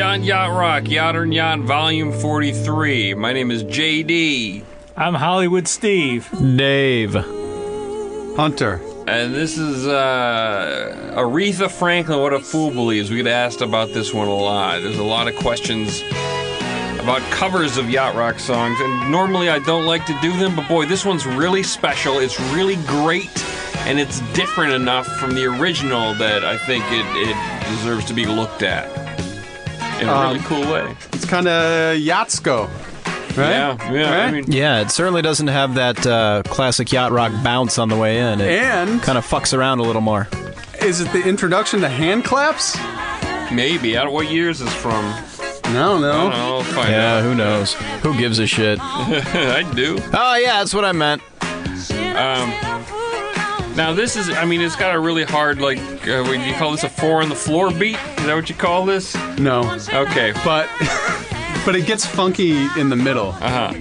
on Yacht Rock, Yachter and Yacht, Volume 43. My name is JD, I'm Hollywood Steve. Dave. Hunter. and this is uh, Aretha Franklin, What a Fool Believes. We get asked about this one a lot. There's a lot of questions about covers of Yacht Rock songs, and normally I don't like to do them, but boy, this one's really special. It's really great, and it's different enough from the original that I think it, it deserves to be looked at in a Um, really cool way. It's kind of Uh, Yatsko, right? Yeah, yeah. I Right? mean, Yeah, it certainly doesn't have that uh, classic yacht rock bounce on the way in. It And- kind of fucks around a little more. Is it the introduction to hand claps? maybe. I don't, what years is from? I I don't know. don't know. I'll find Yeah, out. who knows? Who gives a shit? I do. Um, Oh yeah, that's what I meant. Now this is, I mean, it's got a really hard, like, uh, what do you call this a four on the floor beat? Is that what you call this? No, Okay. but but it gets funky in the middle, Uh-huh.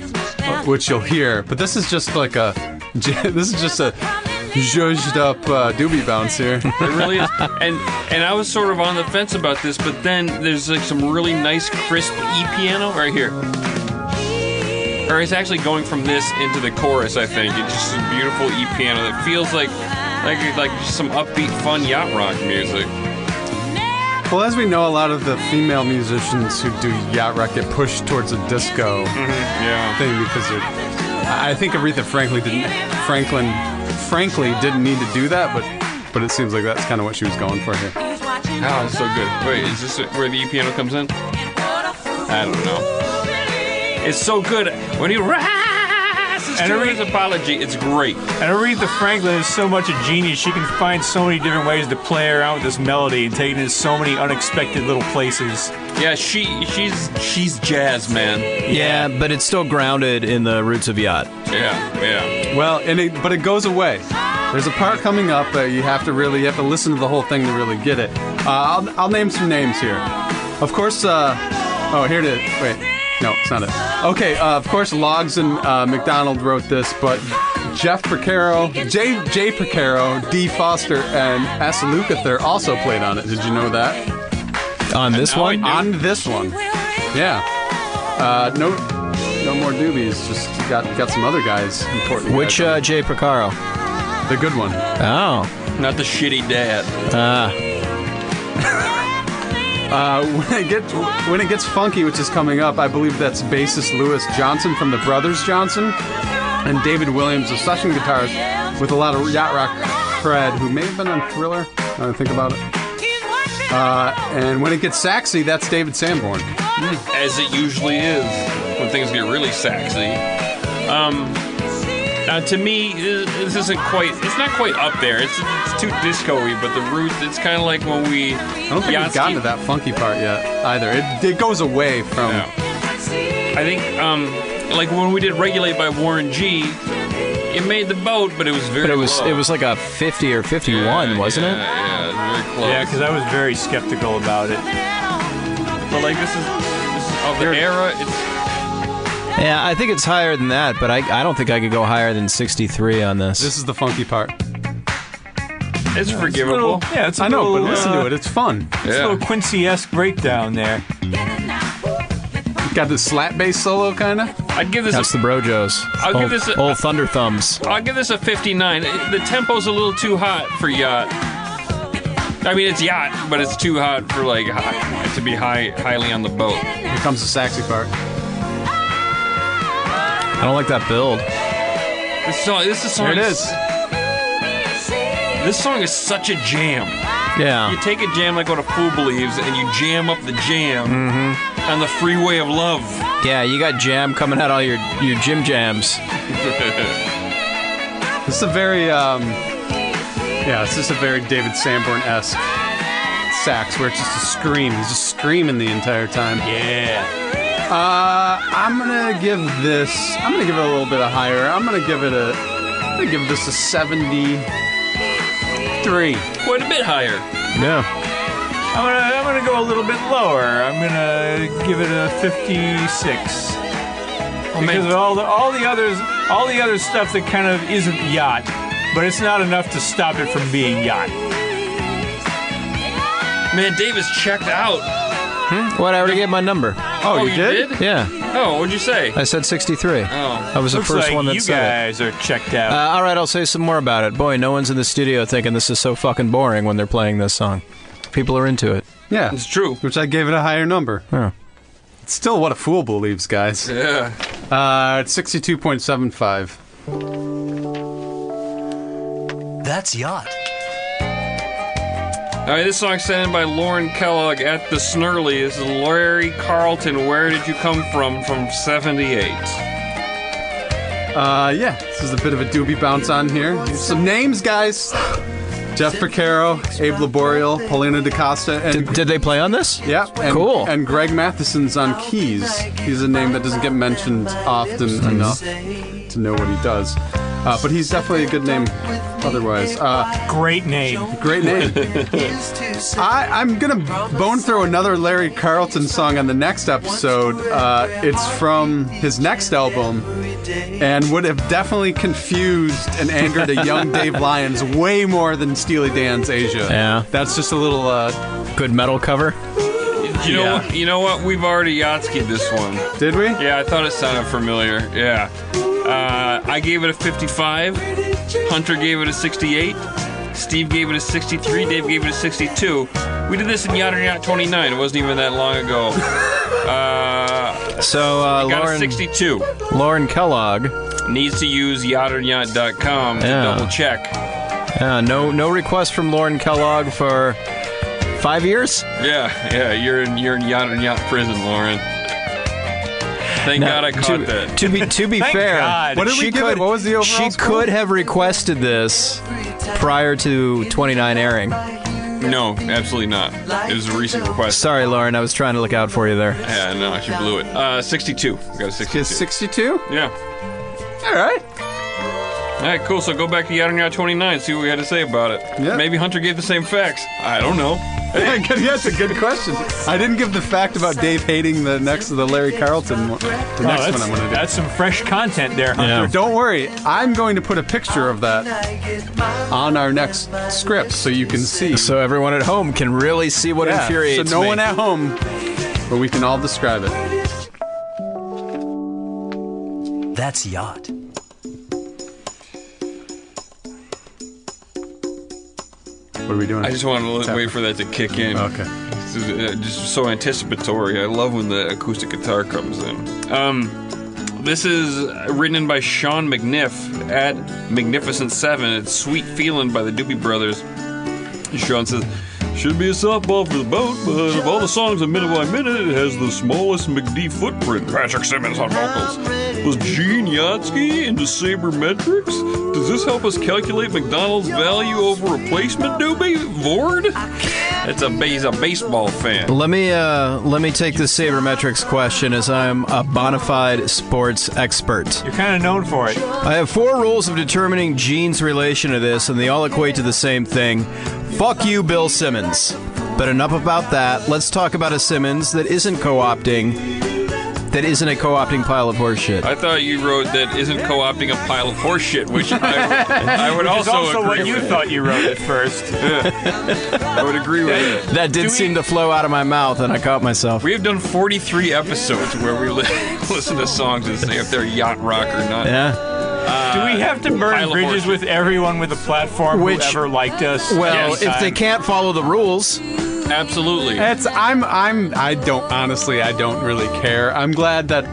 which you'll hear. But this is just like a this is just a zhuzhed up uh, doobie bounce here. It really is. And and I was sort of on the fence about this, but then there's like some really nice crisp E piano right here. Or it's actually going from this into the chorus, I think. It's just a beautiful E piano that feels like like like just some upbeat fun yacht rock music. well, as we know, a lot of the female musicians who do yacht rock get pushed towards a disco Yeah. thing because they're. I I think Aretha Franklin didn't. Franklin, frankly, didn't need to do that, but but it seems like that's kind of what she was going for here. Oh, it's so good. Wait, is this where the E piano comes in? I don't know. It's so good. When he rises And to every- his apology, it's great. And Aretha Franklin is so much a genius, she can find so many different ways to play around with this melody and take it in so many unexpected little places. Yeah, she she's she's jazz, man. Yeah, but it's still grounded in the roots of yacht. Yeah, yeah. Well, and it, but it goes away. There's a part coming up that you have to really you have to listen to the whole thing to really get it. Uh, I'll, I'll name some names here. Of course, uh, oh here it is. Wait, no, it's not it. Okay, uh, of course, Logs and uh, McDonald wrote this, but Jeff Percaro, J J Percaro, D Foster, and S Lukather also played on it. Did you know that? On this now I one, do. On this one, yeah. Uh, no, no more doobies. Just got got some other guys important. which guys. uh, Jay Picaro? the good one. Oh, Not the shitty dad. Uh, when it gets when it gets funky, which is coming up, I believe that's bassist Lewis Johnson from the Brothers Johnson, and David Williams, a session guitarist with a lot of yacht rock cred, who may have been on Thriller. Now that I think about it. Uh, and when it gets saxy, that's David Sanborn. As it usually is when things get really sexy. Um now to me, this this isn't quite. It's not quite up there. It's, it's too disco-y, but the roots. It's kind of like when we. I don't think we've gotten to that funky part yet either. It, it goes away from. I think, um, like when we did "Regulate" by Warren G, it made the boat, but it was very. but it was low. it was like a fifty or fifty-one, wasn't it? Yeah, yeah, it was very close. Yeah, because I was very skeptical about it. but like this is, this is of the era. It's Yeah, I think it's higher than that, but I, I don't think I could go higher than 63 on this. This is the funky part. it's forgivable. yeah, it's a I know, but little, listen uh, to it. It's fun. It's a yeah. little Quincy-esque breakdown there. Got this slap bass solo kind of. I'd give this. That's A, the Brojos. I'll old, give this a- old Thunder Thumbs. I'll give this a 59. It- The tempo's a little too hot for yacht. I mean, it's yacht, but it's too hot for like high, to be high, highly on the boat. Here comes the saxy part. I don't like that build. This song, this is song. There it is. This song is such a jam. You Yeah. take a jam like what a fool believes, and you jam up the jam on the freeway of love. Yeah, you got jam coming out all your, your gym jams. This is a very, um, yeah, it's just a very David Sanborn esque sax where it's just a scream. He's just screaming the entire time. Yeah. Uh, I'm gonna give this. I'm gonna give it a little bit of higher. I'm gonna give it a. I'm gonna give this a 73. Quite a bit higher. Yeah. I'm gonna, I'm gonna go a little bit lower. I'm gonna give it a 56. because of all the all the others all the other stuff that kind of isn't yacht, but it's not enough to stop it from being yacht. Man, Dave is checked out. What? I already gave my number. Oh, you, you did? did? Yeah, Oh, what'd you say? I said 63. Oh. I was the Looks first like one that you said it. guys are checked out. Uh, all right, I'll say some more about it. Boy, no one's in the studio thinking this is so fucking boring when they're playing this song. People are into it. Yeah. It's true. Which I gave it a higher number. Yeah. It's still what a fool believes, guys. Yeah. Uh, it's 62.75. That's yacht. All right, this song sent in by Lauren Kellogg at the Snurly. This is Larry Carlton. Where did you come from? From '78. Uh, yeah, this is a bit of a doobie bounce on here. Some names, guys. Jeff Picaro, Abe Laboriel, Paulina DaCosta, and Did, did they play on this? yeah, and, Cool. And Greg Matheson's on keys. He's a name that doesn't get mentioned often enough to know what he does. Uh, but he's definitely a good name. Otherwise, uh, Great name. great name. I, I'm gonna bone throw another Larry Carlton song on the next episode. Uh, it's from his next album, and would have definitely confused and angered a young Dave Lyons way more than Steely Dan's Asia. Yeah. that's just a little. Uh, Good metal cover. You know, Yeah. what, you know what? We've already Yatskied this one. did we? Yeah, I thought it sounded familiar. Yeah. Uh, I gave it a 55. Hunter gave it a 68. Steve gave it a 63. Dave gave it a 62. We did this in Yacht or Yacht 29. It wasn't even that long ago. Uh, So uh, got a Lauren 62. Lauren Kellogg. Needs to use yachteryacht.com to Yeah. double check. Uh, no no request from Lauren Kellogg for five years. Yeah, yeah, you're in you're in yacht and yacht prison, Lauren. Thank God I caught Uh, to, that. to be to be Thank fair, God. What did we she give it? could What was the overall she score? could have requested this prior to 29 airing. No, absolutely not. It was a recent request. Sorry, Lauren, I was trying to look out for you there. Yeah, no, she blew it. Uh, 62. We got a 62. Is 62? Yeah. All right. All right, cool. So go back to Yadon Yad 29, see what we had to say about it. Yeah. Maybe Hunter gave the same facts. I don't know. That's a good question. I didn't give the fact about Dave hating the next of the Larry Carlton. One. The Oh, next that's, one I'm gonna do. that's some fresh content there, Hunter. Don't worry, I'm going to put a picture of that on our next script so you can see. So everyone at home can really see what Yeah, infuriates so no me. one at home, but we can all describe it. That's yacht. What are we doing? I just wanted to look, wait for that to kick in. Okay. This is, uh, Just so anticipatory. I love when the acoustic guitar comes in. Um, this is written in by Sean McNiff at Magnificent Seven. It's "Sweet Feeling" by the Doobie Brothers. Sean says, "Should be a softball for the boat, but of all the songs in minute by minute, it has the smallest McD footprint." Patrick Simmons on vocals. Was Gene Yatsky into sabermetrics? Does this help us calculate McDonald's value over replacement, Doobie Vord? That's a he's a baseball fan. Let me uh, let me take the sabermetrics question as I'm a bona fide sports expert. You're kind of known for it. I have four rules of determining Gene's relation to this, and they all equate to the same thing. Fuck you, Bill Simmons. But enough about that. Let's talk about a Simmons that isn't co-opting, that isn't a co-opting pile of horseshit. I thought you wrote that isn't co-opting a pile of horseshit, which I, I would It's also, also agree what you with. thought you wrote at first. I would agree with. it. That did we- seem to flow out of my mouth, and I caught myself. We have done 43 episodes where we li- listen to songs and say if they're yacht rock or not. Yeah. Do we have to Uh, pile burn of bridges horseshit. with everyone with a platform Which- who ever liked us? Well, Yes. if they can't follow the rules, Absolutely. That's I'm I'm I don't honestly I don't really care. I'm glad that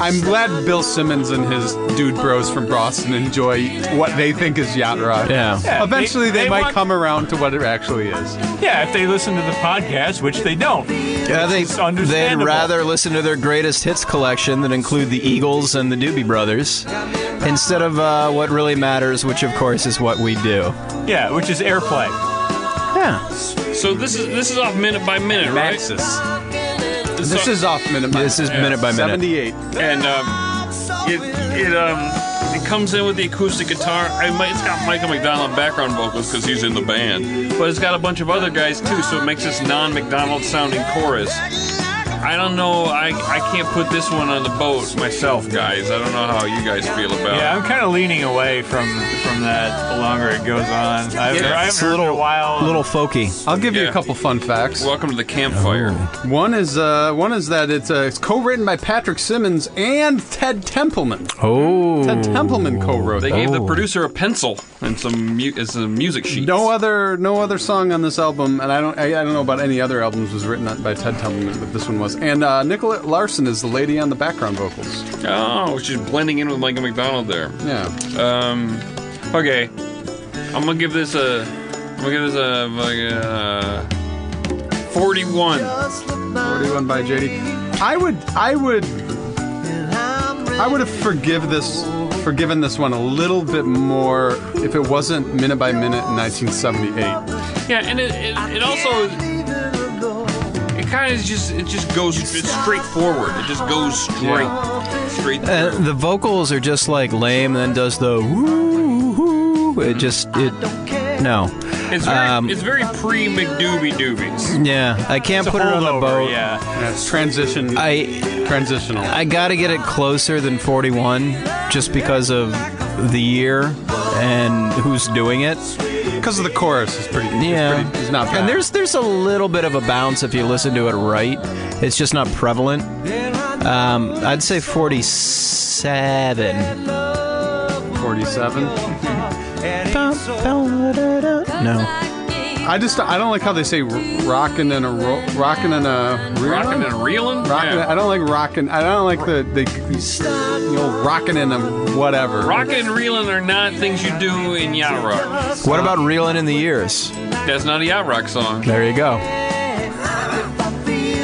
I'm glad Bill Simmons and his dude bros from Boston enjoy what they think is yacht rock. Yeah. Yeah, Eventually they, they might want- come around to what it actually is. yeah, if they listen to the podcast, which they don't. yeah, they, is they'd understandable. rather listen to their greatest hits collection that include the Eagles and the Doobie Brothers instead of uh, what really matters, which of course is what we do. Yeah, which is airplay. Oh. Yeah. so this is this is off minute by minute, right? Maxis. This This song- is off minute. by This is Minute. minute by minute. 78. and um, it it um it comes in with the acoustic guitar. I might, it's got Michael McDonald on background vocals because he's in the band, but it's got a bunch of other guys too, so it makes this non-McDonald sounding chorus. I don't know. I, I can't put this one on the boat myself, guys. I don't know how you guys feel about Yeah, it. I'm kind of leaning away from from that the longer it goes on. I've, Yeah, I it's haven't heard in a while. little folky. I'll give you Yeah. a couple fun facts. Welcome to the campfire. One is uh, one is that it's, uh, it's co-written by Patrick Simmons and Ted Templeman. Oh, Ted Templeman co-wrote They that. gave the Oh. producer a pencil and some mu- and some music sheets. No other, no other song on this album, and I don't, I, I don't know about any other albums was written by Ted Templeman, but this one was. And uh, Nicolette Larson is the lady on the background vocals. Oh, she's blending in with Michael McDonald there. Yeah, Um, okay. I'm gonna give this a. I'm gonna give this a uh, like a 41. forty-one by JD. I would, I would, I would have forgive this, forgiven this one a little bit more if it wasn't minute by minute in 1978. Yeah, and it, it, it also it kind of just it just goes it's straightforward. It just goes straight straight through. Uh, the vocals are just like lame, then does the woo hoo. It just it. No, it's very um, it's very pre McDoobie Doobies. yeah, I can't It's a put it on the holdover, boat. Yeah, Yeah, it's transition, I transitional. I gotta get it closer than 41, just because of the year and who's doing it. Because of the chorus is pretty, Yeah, yeah, it's, pretty, it's not bad. and there's there's a little bit of a bounce if you listen to it right. It's just not prevalent. Um, I'd say 47. 47. No. I just I don't like how they say r- rockin' and a ro- rockin' and a reelin'? Rocking and reeling. Rockin' yeah. I don't like rockin'. I don't like the the you know rockin' and a whatever. Rocking and reeling are not things you do in yacht rock. What about reeling in the years? That's not a yacht rock song. There you go.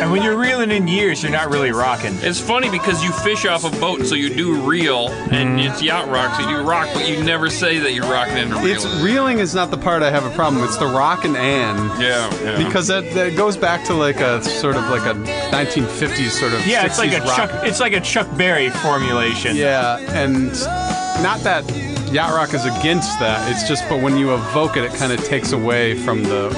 and when you're reeling in years, you're not really rocking. It's funny because you fish off a boat, so you do reel, and Mm. it's yacht rock, so you rock, but you never say that you're rocking and reeling. It's reeling is not the part I have a problem. with. It's the rockin' and. yeah, yeah. Because that, that goes back to like a sort of like a 1950s sort of Yeah, it's like a 60s rock. Chuck. It's like a Chuck Berry formulation. Yeah, and not that yacht rock is against that. It's just, but when you evoke it, it kind of takes away from the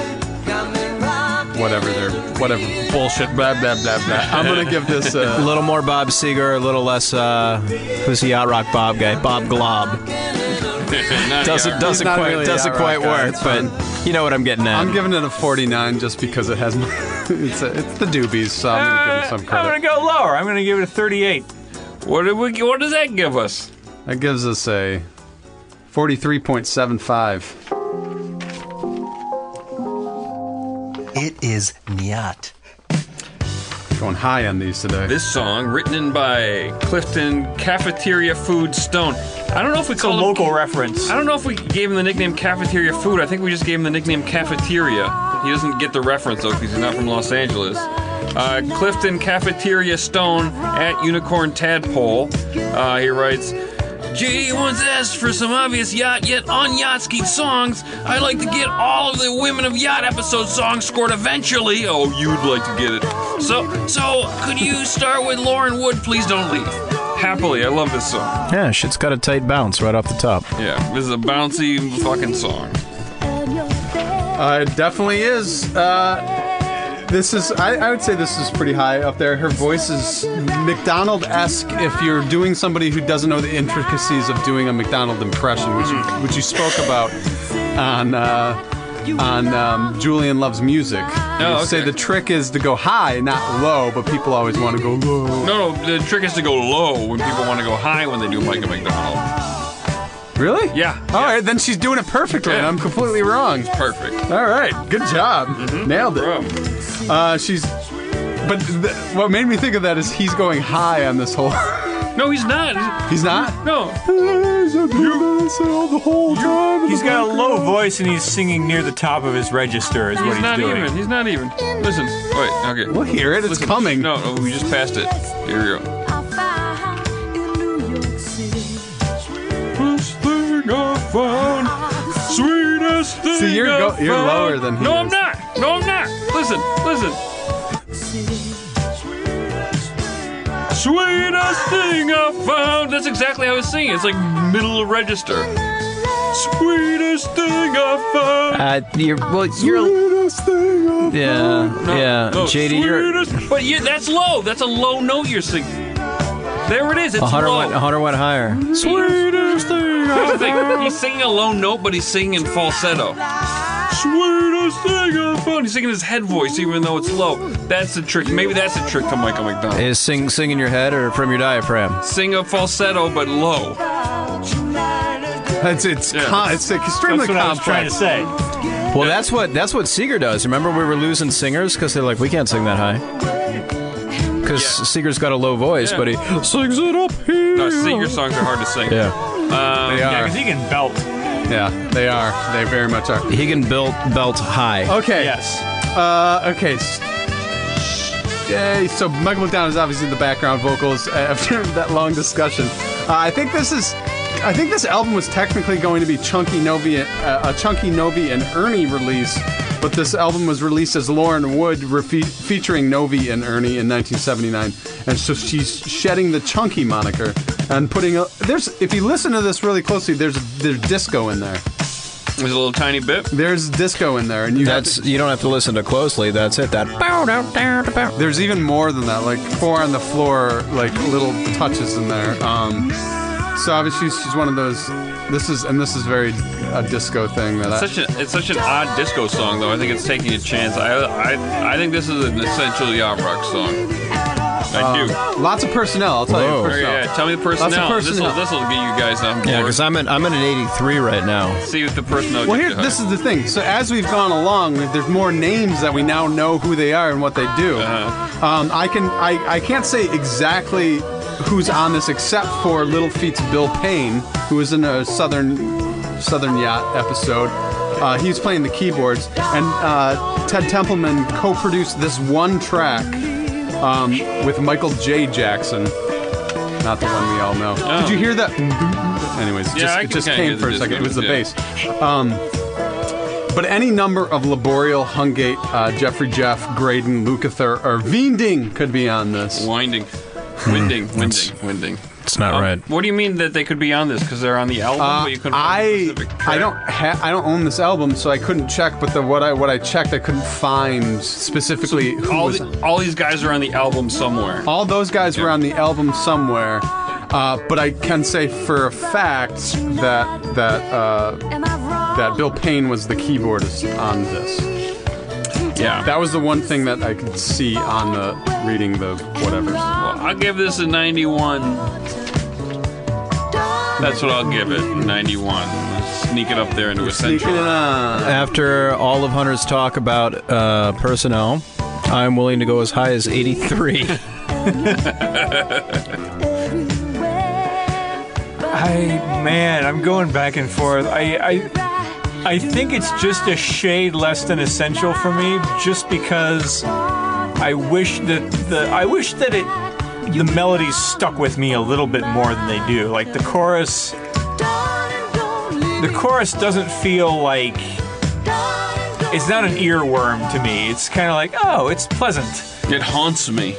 whatever they're whatever bullshit. Blah blah blah blah. I'm gonna give this A a. little more Bob Seger, a little less. Uh, who's the yacht rock Bob guy? Bob Glob. Not yacht Doesn't rock. doesn't not quite really a doesn't yacht rock quite guy, work, it's but you know what I'm getting at. I'm giving it a 49 just because it has. It's a, it's the Doobies, so I'm gonna give it Uh, some I'm gonna credit. go lower. I'm gonna give it a 38. What did we? What does that give us? That gives us a 43.75. It is Nyat. Going high on these today. This song, written in by Clifton Cafeteria Food Stone. I don't know if we It's a call him- local reference. I don't know if we gave him the nickname Cafeteria Food. I think we just gave him the nickname Cafeteria. He doesn't get the reference though because he's not from Los Angeles. Uh, Clifton Cafeteria Stone at Unicorn Tadpole. Uh, he writes. J once asked for some obvious yacht yet on Yachtsky songs. I'd like to get all of the Women of Yacht episode songs scored eventually. Oh, you'd like to get it. So, so could you start with Lauren Wood? Please don't leave. Happily, I love this song. yeah, shit's got a tight bounce right off the top. Yeah, this is a bouncy fucking song. Uh, it definitely is. Uh, this is, I, I would say this is pretty high up there. Her voice is McDonald esque if you're doing somebody who doesn't know the intricacies of doing a McDonald impression, which, you, which you spoke about on. Uh, on um, Julian Loves Music. Oh, You Say okay. the trick is to go high, not low, but people always want to go low. No, no, the trick is to go low when people want to go high when they do Michael McDonald. Really? Yeah, All yeah. right, then she's doing it perfectly, and Yeah. I'm completely wrong. Perfect. All right, good job. Nailed it. Mm-hmm. Bro. Uh, she's. But th- what made me think of that is he's going high on this whole. No, he's not. he's not. No. the whole time. He's got a low voice and he's singing near the top of his register, is what He's he's, not doing. even. He's not even. Listen. Wait, okay. We'll hear it. It's coming. No, no, we just passed it. Here we go. First thing I found, sweetest thing See, you're I go- you're found. lower than he No, I'm is. not. No, I'm not. Listen, listen. Sweetest thing I found. That's exactly how it's singing. It's like middle register. Sweetest thing I found. Uh, you're well. You're yeah, yeah. No, JD, you're sweetest- But you, that's low. That's a low note you're singing. There it is. It's 100 low. went, 100 went higher. Sweetest thing. Here's the thing. He's singing a low note, but he's singing in falsetto. Sweetest thing I found. He's singing his head voice, even though it's low. That's the trick. Maybe that's the trick to Michael McDonald. Is sing sing in your head or from your diaphragm? Sing a falsetto, but low. It's it's Yeah. com- it's extremely That's what I was complex. trying to say. Well, that's what that's what Seeger does. Remember, we were losing singers because they're like, we can't sing that high. Because Yeah. Seeger's got a low voice, Yeah. but he sings it up here. No, Seeger songs are hard to sing. Yeah, Um, They Yeah, are. because he can belt. Yeah, they are. They very much are. he can belt belt high. Okay. Yes. Uh, okay. s- Yay. So Michael McDonald is obviously the background vocals after that long discussion. Uh, I think this is. I think this album was technically going to be Chunky Novi, uh, a Chunky Novi and Ernie release, but this album was released as Lauren Wood refe- featuring Novi and Ernie in 1979, and so she's shedding the Chunky moniker and putting a. There's if you listen to this really closely, there's there's disco in there. There's a little tiny bit. There's disco in there, and you have to- That's you don't have to listen to closely. That's it. That There's even more than that, like four on the floor, like little touches in there. Um, so obviously she's one of those. This is and this is very a disco thing that I, Such an, it's such an odd disco song, though. I think it's taking a chance. I, I, I think this is an essential yacht rock song. I do. lots of personnel. I'll tell Whoa. you. All right, Personnel. yeah, tell me the personnel. personnel. This will get you guys on board. yeah, because I'm in, I'm in an 83 right now. See if the personnel. Well, gets here you this high. is the thing. So as we've gone along, there's more names that we now know who they are and what they do. Uh-huh. Um, I can I, I can't say exactly who's on this except for Little Feet's Bill Payne, who was in a southern southern yacht episode. Uh, he's playing the keyboards, and uh, Ted Templeman co-produced this one track um, with Michael J. Jackson. Not the one we all know. Did you hear that? Anyways, it Oh. Yeah, just, I it can just kinda came hear for a the second. It was the disco, yeah. bass. But any number of Laboriel, Hungate, uh, Jeffrey Jeff, Graydon, Lucather, or Veending could be on this. winding, winding, Hmm. winding, winding. It's not right. What do you mean that they could be on this? Because they're on the album, Uh, but you couldn't. find a I specific I track? don't ha- I don't own this album, so I couldn't check. But the what I what I checked, I couldn't find specifically who All, was. the, all these guys are on the album somewhere. all those guys were on the album somewhere. Uh, but I can say for a fact that that uh, that Bill Payne was the keyboardist on this. Yeah. That was the one thing that I could see on the reading the whatever's. Well, I'll give this a 91. That's what I'll give it. 91. Sneak it up there into essential. Sneaking it on. After all of Hunter's talk about uh, personnel, I'm willing to go as high as 83. I man, I'm going back and forth. I I, I think it's just a shade less than essential for me, just because I wish that the I wish that it the melodies stuck with me a little bit more than they do. Like the chorus, the chorus doesn't feel like it's not an earworm to me. It's kind of like oh, it's pleasant. It haunts me,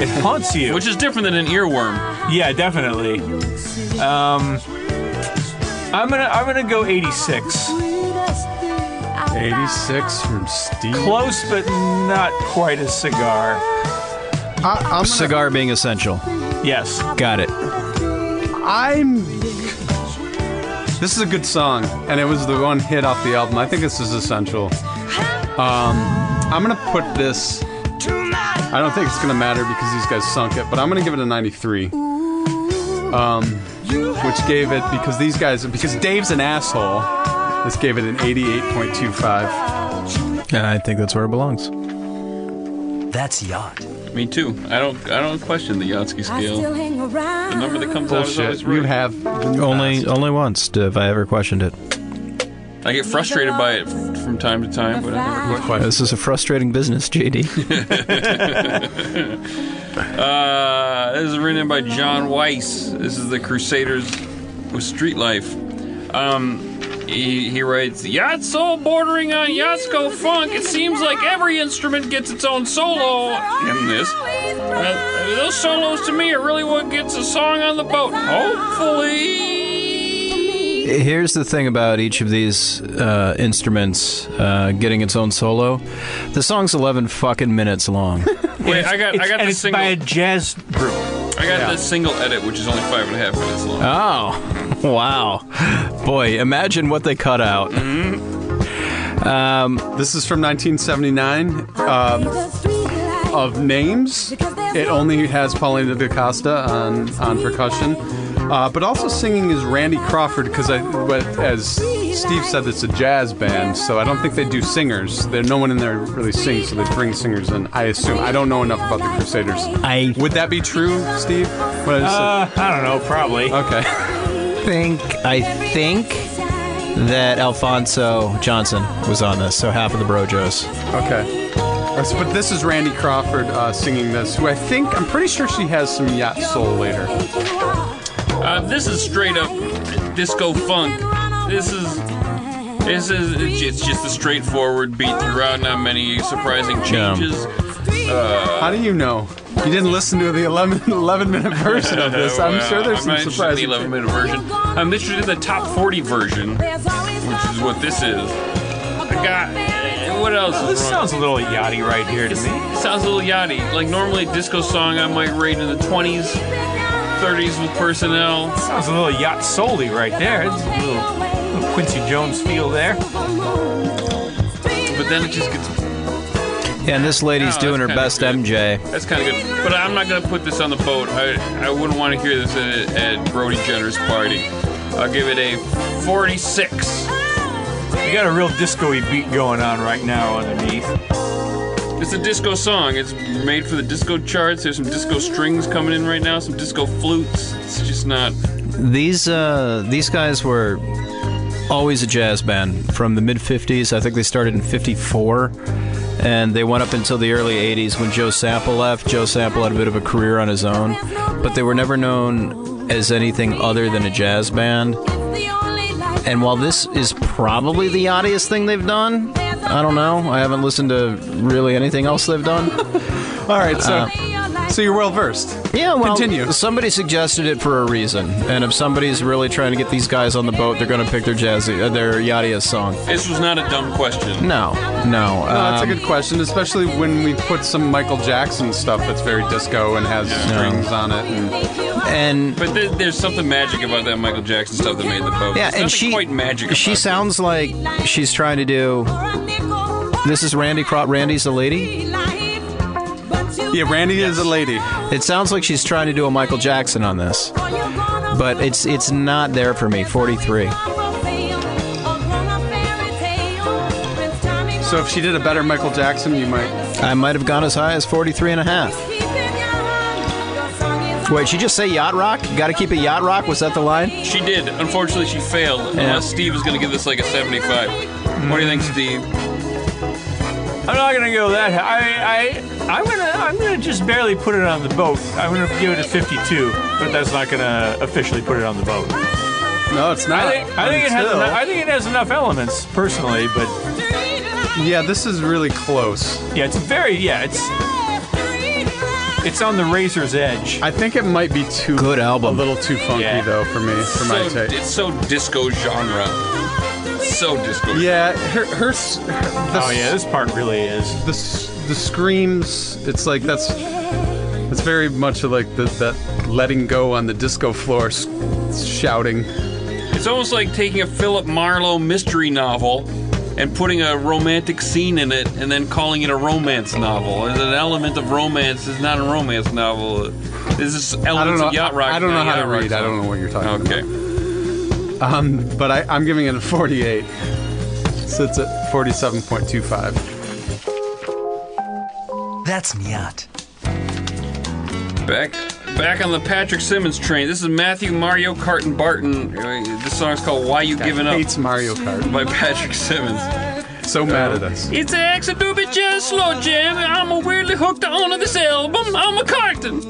It haunts you. which is different than an earworm. Yeah, definitely. Um, I'm gonna I'm gonna go 86. 86 from Steve. Close, but not quite a cigar. I, I'm, gonna- Cigar being essential. Yes. Got it. I'm. This is a good song, and it was the one hit off the album. I think this is essential. Um, I'm gonna put this. I don't think it's gonna matter because these guys sunk it, but I'm gonna give it a 93. Um, which gave it because these guys because Dave's an asshole. This gave it an 88.25. And I think that's where it belongs. That's yacht. Me too. I don't. I don't question the Yatsky scale. The number that comes out is Bullshit. always right. You have Only only once have I ever questioned it. I get frustrated by it f- from time to time, but I never. Uh, This is a frustrating business, JD. Uh, this is written in by John Weiss. This is the Crusaders with Street Life. Um, he, he writes, Yacht soul bordering on Yachtsko funk. It seems like every instrument gets its own solo in this. Uh, those solos to me are really what gets a song on the boat. Hopefully. here's the thing about each of these uh, instruments uh, getting its own solo. The song's 11 fucking minutes long. Wait, I got I It's- got the and it's by a single jazz group. I got the single edit, which is only five and a half minutes long. oh, wow. Boy, imagine what they cut out. This is from 1979. Um, of names, it only has Paulina Da Costa on on percussion, uh, but also singing is Randy Crawford because I, but as Steve said, it's a jazz band, so I don't think they do singers. There, no one in there really sings, so they bring singers in. I assume. I don't know enough about the Crusaders. I Would that be true, Steve? What I just said? Uh, I don't know, probably. Okay. think I think that Alfonso Johnson was on this, so half of the Brojos. Okay. That's- But this is Randy Crawford uh, singing this, who I think, I'm pretty sure she has some Yacht Soul later. Uh, this is straight up disco funk. This is this is it's ju- it's just a straightforward beat throughout. Not many surprising changes. uh, How do you know? You didn't listen to the 11, 11 minute version of this. I'm Uh, sure there's I'm some not interested in the surprises. 11 minute version. I'm interested in the top 40 version, which is what this is. I got eh, what else? This is wrong? sounds a little yachty right here to me. sounds a little yachty. Like normally a disco song I might rate in the 20s, 30s with personnel. Sounds a little yacht soul-y right there. It's a little, little Quincy Jones feel there. But then it just gets And this lady's Oh, doing her that's best kinda MJ. That's kind of good. But I'm not going to put this on the boat. I, I wouldn't want to hear this at, at Brody Jenner's party. I'll give it a 46. You got a real disco-y beat going on right now underneath. It's a disco song. It's made for the disco charts. There's some disco strings coming in right now, some disco flutes. It's just not. These uh, these guys were always a jazz band from the mid '50s. I think they started in '54, and they went up until the early '80s when Joe Sample left. Joe Sample had a bit of a career on his own, but they were never known as anything other than a jazz band. And while this is probably the oddiest thing they've done, I don't know. I haven't listened to really anything else they've done. All right, so so you're well versed. Yeah, well, Continue. somebody suggested it for a reason. And if somebody's really trying to get these guys on the boat, they're going to pick their jazzy, uh, their yachtiest song. This was not a dumb question. No, no. No, Uh, that's a um, good question, especially when we put some Michael Jackson stuff that's very disco and has strings on it. And and But there, there's something magic about that Michael Jackson stuff that made the boat. yeah, There's and nothing she quite magic. About She it. sounds like she's trying to do. This is Randy Cro- Randy's a lady. yeah, Randy is a lady. It sounds like she's trying to do a Michael Jackson on this, but it's it's not there for me. Forty-three. So if she did a better Michael Jackson, you might. I might have gone as high as 43 and a half. Wait, she just say yacht rock? Got to keep it yacht rock? Was that the line? She did. Unfortunately, she failed. Unless Steve is going to give this like a 75. What do you Mm. think, Steve? I'm not gonna go that high. I, I, I'm gonna, I'm gonna just barely put it on the boat. I'm gonna give it a 52, but that's not gonna officially put it on the boat. No, it's not. I think, I think it has, Until- enough, I think it has enough elements personally, but yeah, this is really close. yeah, it's very, yeah, it's, it's on the razor's edge. I think it might be too Good album. A little too funky Yeah. though for me, for my so, taste. It's so disco genre. So disco. Yeah, her, her, s- her the Oh yeah, s- this part really is. the s- the screams it's like that's it's very much like the, that letting go on the disco floor s- shouting It's almost like taking a Philip Marlowe mystery novel and putting a romantic scene in it and then calling it a romance novel. There's an element of romance is not a romance novel. This is i don't elements know of yacht rock. i don't know not how to yacht rock read i don't know what you're song. talking about Okay. um but I, i'm giving it a 48 so it's at 47.25 That's Miat. Back back on the Patrick Simmons train. This is Matthew Mario Kart and Barton. Uh, This song's called Why You Giving Up hates mario kart by Patrick Simmons. so mad uh, at us It's an extra doobie just slow jam. and I'm a weirdly hooked on this album. I'm a Carton.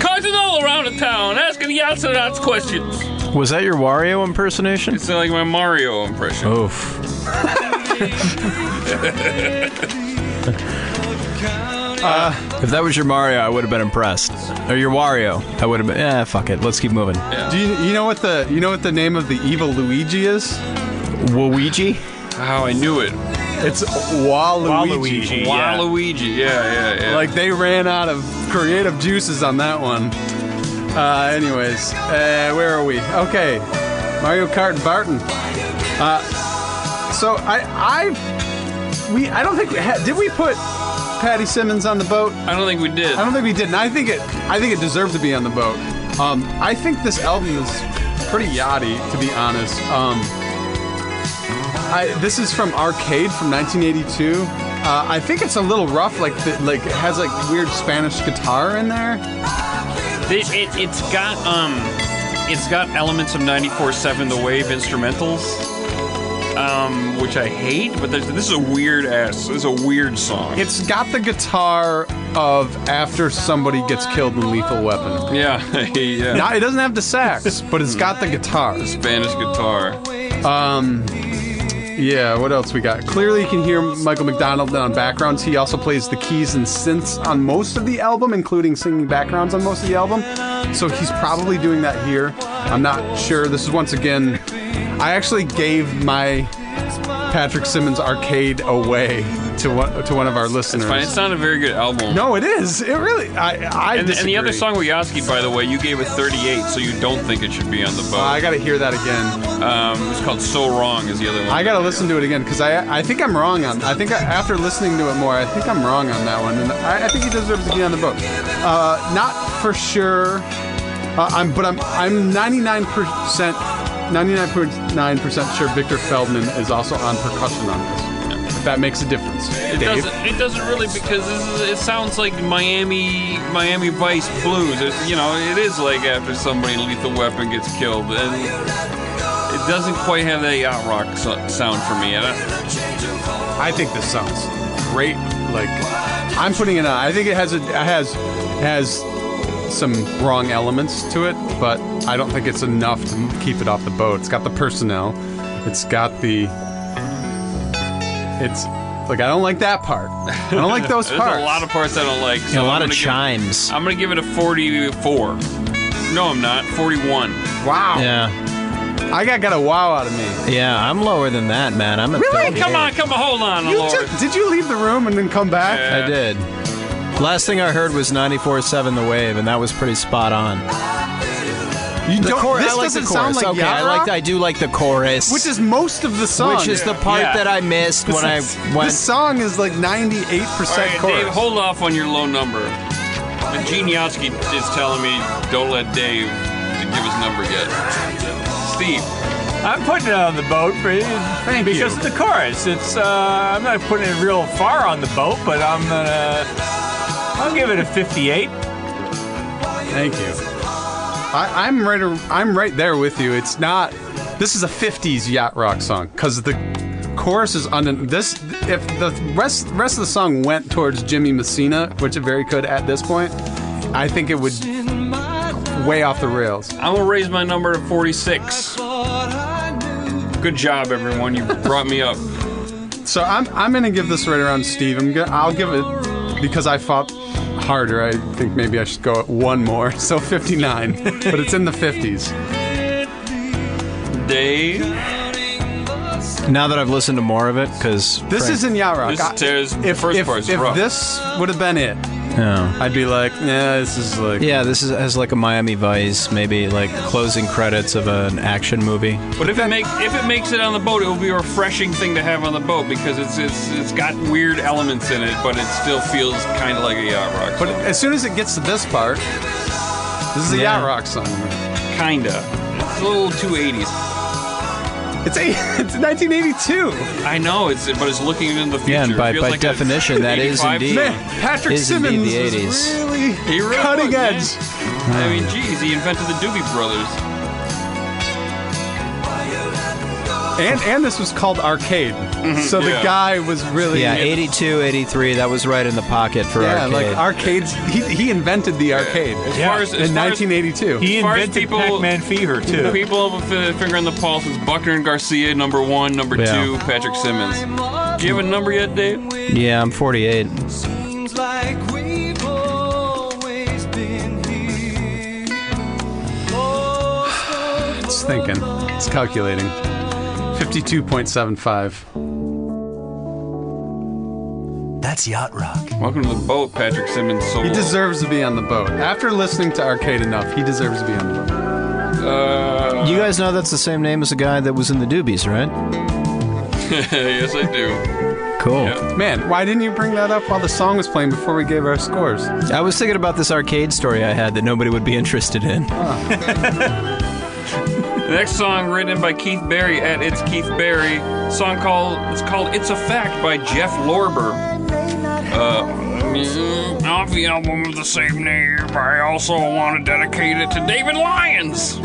Carton all around the town, asking the astronauts questions. Was that your Wario impersonation? It's like my Mario impression. Oof. Uh, If that was your Mario, I would have been impressed. Or your Wario, I would have been. Eh, fuck it. Let's keep moving. Do you, you know what the you know what the name of the evil Luigi is? Luigi. How I knew it. It's Waluigi. Waluigi. Yeah. Waluigi. Yeah, yeah, yeah. Like they ran out of creative juices on that one. Uh, anyways, uh, where are we? Okay, Mario Kart and Barton. Uh, so I I we I don't think we had, did we put Patty Simmons on the boat? I don't think we did. I don't think we did, and I think it. I think it deserved to be on the boat. Um, I think this album is pretty yachty, to be honest. Um, I, this is from Arcade from 1982. Uh, I think it's a little rough, like the, like it has like weird Spanish guitar in there. It, it, it's got um, it's got elements of '94/7 The Wave instrumentals, um, which I hate. But there's, this is a weird ass. This is a weird song. It's got the guitar of after somebody gets killed in Lethal Weapon. yeah, yeah. Now, it doesn't have the sax, but it's got the guitar. Spanish guitar. Um, yeah, what else we got? Clearly, you can hear Michael McDonald on backgrounds. He also plays the keys and synths on most of the album, including singing backgrounds on most of the album. So he's probably doing that here. I'm not sure. This is once again, I actually gave my Patrick Simmons arcade away to one, to one of our listeners. Fine, it's not a very good album. No, it is. It really. I I And, and the other disagree. song, Wioski, by the way, you gave a 38, so you don't think it should be on the Uh, I boat. gotta hear that again. Um, it's called So Wrong is the other one. I gotta listen to it again because I I think I'm wrong on. I think I, after listening to it more, I think I'm wrong on that one, and I, I think he deserves to be on the boat. Uh, not for sure. Uh, I'm but I'm I'm 99 percent 99.9 percent sure Victor Feldman is also on percussion on this. If that makes a difference, It Dave. doesn't, it doesn't really because this is, it sounds like Miami Miami Vice blues. It's, you know, it is like after somebody in lethal weapon gets killed, and it doesn't quite have that yacht rock so- sound for me. I don't- I think this sounds great. Like I'm putting it on. I think it has a it has has some wrong elements to it, but I don't think it's enough to keep it off the boat. It's got the personnel. It's got the. It's like I don't like that part. I don't like those There's parts. a lot of parts I don't like. So a I'm lot gonna of give- chimes. I'm gonna give it a 44. No, I'm not. 41. wow. yeah, I got got a wow out of me. yeah. I'm lower than that, man. I'm at Really? Come on, come on, hold on, You Lord. just, did you leave the room and then come back? Yeah. I did. Last thing I heard was 94.7 The Wave, and that was pretty spot on. You The don't. chor- this I like doesn't the sound chorus. like okay, yacht I like rock, I do like the chorus, which is most of the song. which is the part Yeah. that I missed when I This- went. This song is like 98 All percent right, chorus. Dave, hold off on your low number. And Gene Yatsky is telling me don't let Dave to give his number yet. Steve. I'm putting it on the boat for Thank you. because of the chorus. It's uh, I'm not putting it real far on the boat, but I'm gonna I'll give it a 58. Thank you. I, I'm right. ar- I'm right there with you. It's not. This is a '50s yacht rock song because the chorus is under this. If the rest rest of the song went towards Jimmy Messina, which it very could at this point, I think it would way off the rails. I'm gonna raise my number to 46. Good job, everyone. You brought me up. So I'm I'm gonna give this right around Steve. I'm gonna I'll give it because I fought harder. I think maybe I should go one more. So 59, but it's in the 50s. Dave, now that I've listened to more of it, because This isn't yacht rock. This I- tears- first if, part's if rough. this would have been it, I'd be like, nah, this is like. Yeah, this is as like a Miami Vice, maybe like closing credits of an action movie. but if it make if it makes it on the boat, it will be a refreshing thing to have on the boat because it's it's it's got weird elements in it, but it still feels kind of like a yacht rock. But song. as soon as it gets to this part, this is a Yeah. yacht rock song. kinda, it's a little too 80s. It's a, it's 1982. I know it's but it's looking into the future. Yeah, and by- It feels by like a definition, that is 85 indeed- Man, Patrick Is indeed Simmons the was 80s. really, He really cutting was, man. edge. I mean, geez, he invented the Doobie Brothers. And and this was called Arcade, so the Mm-hmm. yeah. guy was really Yeah, 82, 83, that was right in the pocket for yeah, arcade. like arcades. He, he invented the arcade As Yeah. far as, as in far as 1982. He As far as invented people- Pac-Man Fever too. people with a finger on the pulse is Buckner and Garcia, number one, number Yeah. two, Patrick Simmons. Do you have a number yet, Dave? yeah, I'm 48. Feels like we've always been here. Oh, so It's thinking. It's calculating. 52.75. That's yacht rock. Welcome to the boat, Patrick Simmons. Soul. He deserves to be on the boat. After listening to Arcade enough, he deserves to be on the boat. Uh, You guys know that's the same name as the guy that was in the Doobies, right? yes, I do. Cool. Man, why didn't you bring that up while the song was playing before we gave our scores? I was thinking about this arcade story I had that nobody would be interested in. The next song written by Keith Barry at It's Keith Barry. Song called it's called It's a Fact by Jeff Lorber. Uh, off the album of the same name, I also want to dedicate it to David Lyons.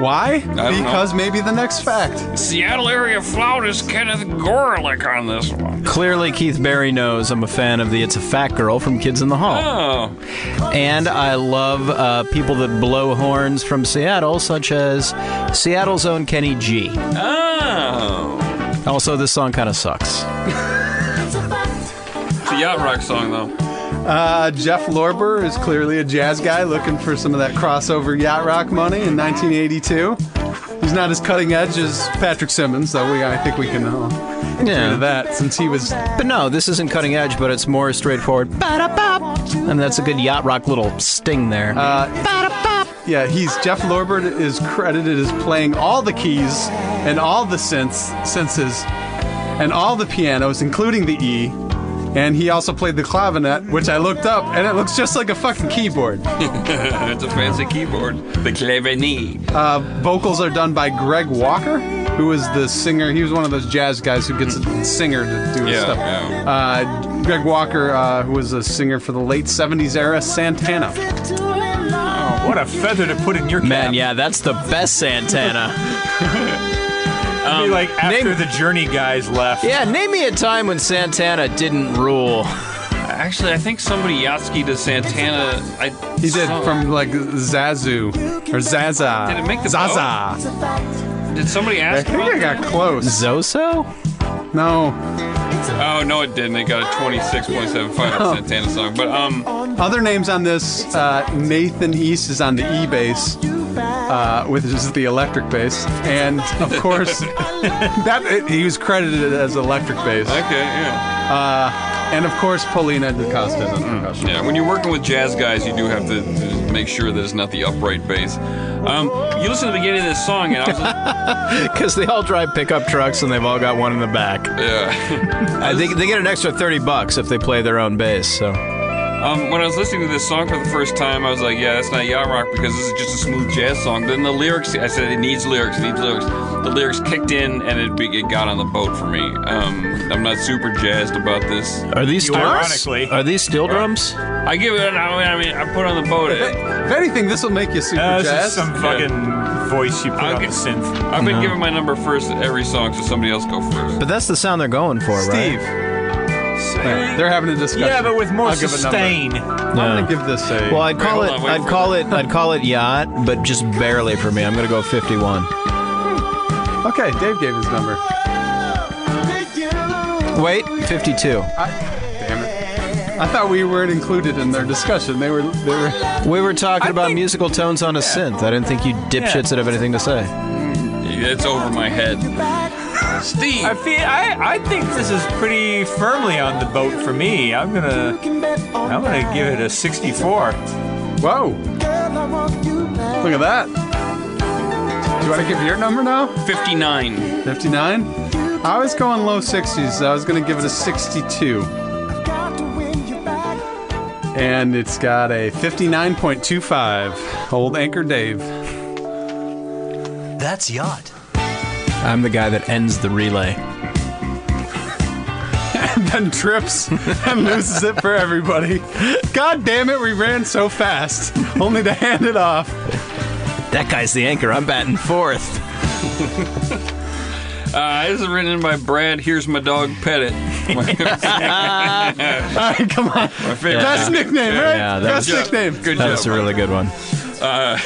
Why? know. Because maybe the next fact. Seattle area flautist Kenneth Gorlick on this one. Clearly, Keith Barry knows I'm a fan of the It's a Fat Girl from Kids in the Hall. Oh, And I love uh, people that blow horns from Seattle, such as Seattle's own Kenny G. oh. Also, this song kind of sucks. It's a yacht rock song though. Uh, Jeff Lorber is clearly a jazz guy looking for some of that crossover yacht rock money in 1982. He's not as cutting edge as Patrick Simmons, though we, I think we can all agree to that since he was But no, this isn't cutting edge, but it's more straightforward. Ba-da-bop. And that's a good yacht rock little sting there. Yeah, he's Jeff Lorber is credited as playing all the keys and all the synths, senses, and all the pianos, including the E. And he also played the clavinet, which I looked up, and it looks just like a fucking keyboard. it's a fancy keyboard. The clavinet. Uh, vocals are done by Greg Walker, who is the singer. He was one of those jazz guys who gets a singer to do his Yeah, stuff. yeah. Uh, Greg Walker, uh, who was a singer for the late '70s era Santana. What a feather to put in your cap. Man, yeah, that's the best Santana. It'd be like after name- the Journey guys left. yeah, name me a time when Santana didn't rule. Actually, I think somebody Yatsky to Santana. I, He did some- from like Zazu or Zaza. Did it make the Oh. Zaza? Did somebody I ask think about I got close. Zoso? No. Oh no, it didn't. It got a 26.75 on Santana song. But um, Other names on this uh, Nathan East is on the E bass, uh, which is the electric bass. And of course, that he was credited as electric bass. okay, yeah, And of course, Paulina DaCosta is on percussion. yeah. When you're working with jazz guys, you do have to to make sure that it's not the upright bass. Um, you listen to the beginning of this song, and I was like, Because they all drive pickup trucks and they've all got one in the back. yeah. I think they get an extra 30 bucks if they play their own bass, so. Um, when I was listening to this song for the first time, I was like, yeah, that's not yacht rock because this is just a smooth jazz song. Then the lyrics, I said, it needs lyrics, it needs lyrics. The lyrics kicked in, and it be, it got on the boat for me. Um, I'm not super jazzed about this. Are these You ironically- Are these steel drums? I give it. an- I mean, I put on the boat. It, If anything, this will make you super Uh, this jazz. is some fucking voice you put I'll on get- the synth. I've been giving my number first at every song, so somebody else go first. But that's the sound they're going for, Steve. right? They're having a discussion. Yeah, but with more I'll give a number. sustain. I'm gonna give this a. Well, I'd call Wait, it hold on, wait I'd for call it I'd call it yacht, but just barely for me. I'm going to go 51. okay, Dave gave his number. Wait, 52. I, damn it! I thought we weren't included in their discussion. They were. They were. We were talking I about think- musical tones on a synth. I didn't think you dipshits would have anything to say. It's over my head. Steve, I feel I, I think this is pretty firmly on the boat for me. I'm gonna I'm gonna give it a 64. Whoa! Look at that. Do you want to give your number now? 59. 59? I was going low 60s. I was going to give it a 62. And it's got a 59.25. Old Anchor Dave. That's yacht. I'm the guy that ends the relay. And then trips and loses it for everybody. God damn it, we ran so fast, only to hand it off. That guy's the anchor. I'm batting fourth. Uh, this is written by Brad. Here's my dog, Pettit. All right, come on. My favorite. Best nickname, right? Yeah, that Best was- nickname. Good That job. was a really good one. Uh,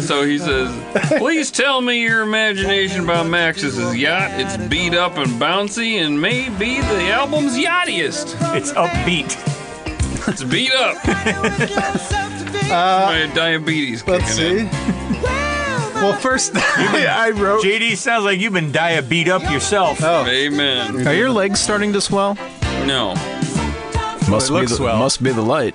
so he says, Please tell me your imagination about Max's yacht. It's beat up and bouncy and may be the album's yachtiest. It's upbeat. It's beat up. My diabetes kicking Let's see. in. Well, first I wrote. JD sounds like you've been diabeat up yourself. Amen. Are your legs starting to swell? No. Must It looks be the, swell. Must be the light.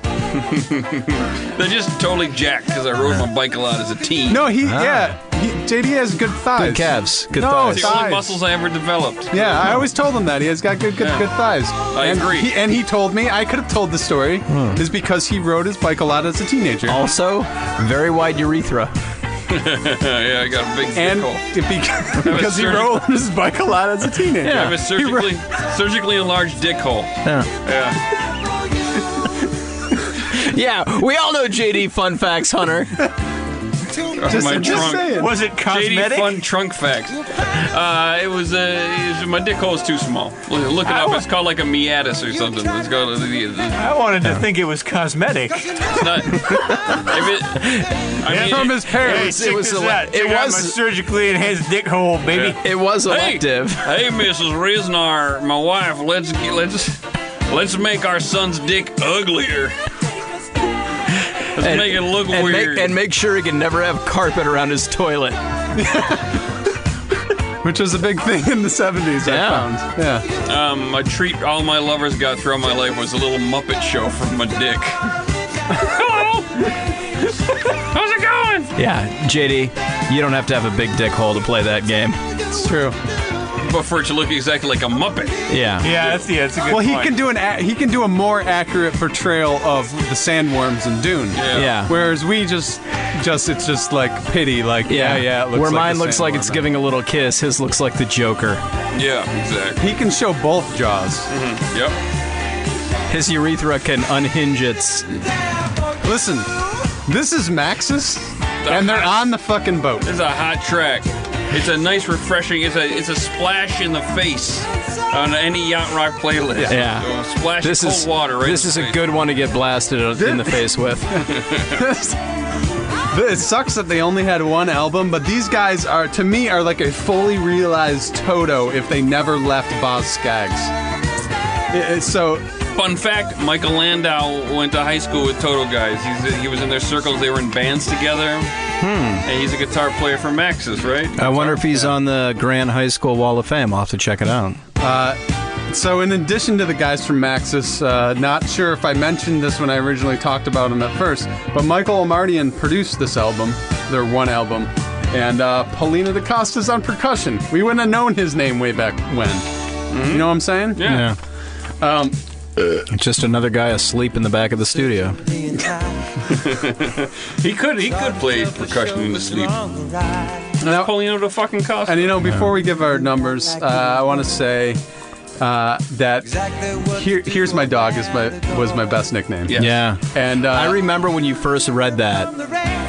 They're just totally jacked because I rode my bike a lot as a teen. No, he yeah. He, JD has good thighs. Ah. Good calves. Good No, thighs. It's the only thighs. muscles I ever developed. Yeah, I always told him that he has got good, good, Yeah. good thighs. I and agree. He, and he told me I could have told the story Hmm. is because he rode his bike a lot as a teenager, Also, very wide urethra. yeah, I got a big and circle. it beca- because he surgical- rode his bike a lot as a teenager. I have a He ro- surgically, surgically enlarged dick hole. Yeah, we all know JD Fun Facts Hunter. Just, my just trunk. saying. Was it JD cosmetic? fun trunk facts. Uh, it was uh, my dick hole is too small. Look, look it up. It's called like a meatus or something. It's called. It's I wanted to think it was cosmetic. not. if it, I From mean, his parents. it was that. It was my surgically enhanced dick hole, baby. It was hey, elective. hey, Mrs. Riznar, my wife. Let's get- let's let's make our son's dick uglier. Let's make it look And, weird. make, and make sure he can never have carpet around his toilet. which was a big thing in the 70s, Yeah. I found. Yeah. um, a treat all my lovers got throughout my life was a little Muppet show from my dick. Hello. How's it going? Yeah, JD, you don't have to have a big dick hole to play that game. It's true. but for it to look exactly like a Muppet. Yeah. Yeah, that's, yeah, that's a good Well, he point. can do an a- he can do a more accurate portrayal of the sandworms in Dune. Yeah. Whereas we just just it's just like pity like yeah yeah, it looks Where like mine the looks like it's sandworm. giving a little kiss, his looks like the Joker. Yeah, exactly. He can show both jaws. Yep. His urethra can unhinge its. Listen, this is Maxis, and they're on the fucking boat. This is a hot track. It's a nice, refreshing. It's a it's a splash in the face on any yacht rock playlist. Yeah. So splash This of is cold water. Right this in is the a face. good one to get blasted in the face with. This- it sucks that they only had one album, but these guys are, to me, are like a fully realized Toto if they never left Boz Scaggs. It- it- so fun fact. Michael Landau went to high school with Toto guys. He's, he was in their circles. They were in bands together. Hmm. And he's a guitar player for Maxis, right? I wonder if he's on the Grand High School Wall of Fame. I'll have to check it out. So, in addition to the guys from Maxis, uh, not sure if I mentioned this when I originally talked about them at first, but Michael Omardian produced this album, their one album, and uh, Paulina DaCosta's on percussion. We wouldn't have known his name way back when. You know what I'm saying? Yeah. Um, Just another guy asleep in the back of the studio. He could he could play percussion in his sleep. Now- Polino to fucking cost. And you know, before we give our numbers, uh, I want to say uh, that here, here's my dog is my was my best nickname. Yeah. Yeah. And uh, I remember when you first read that.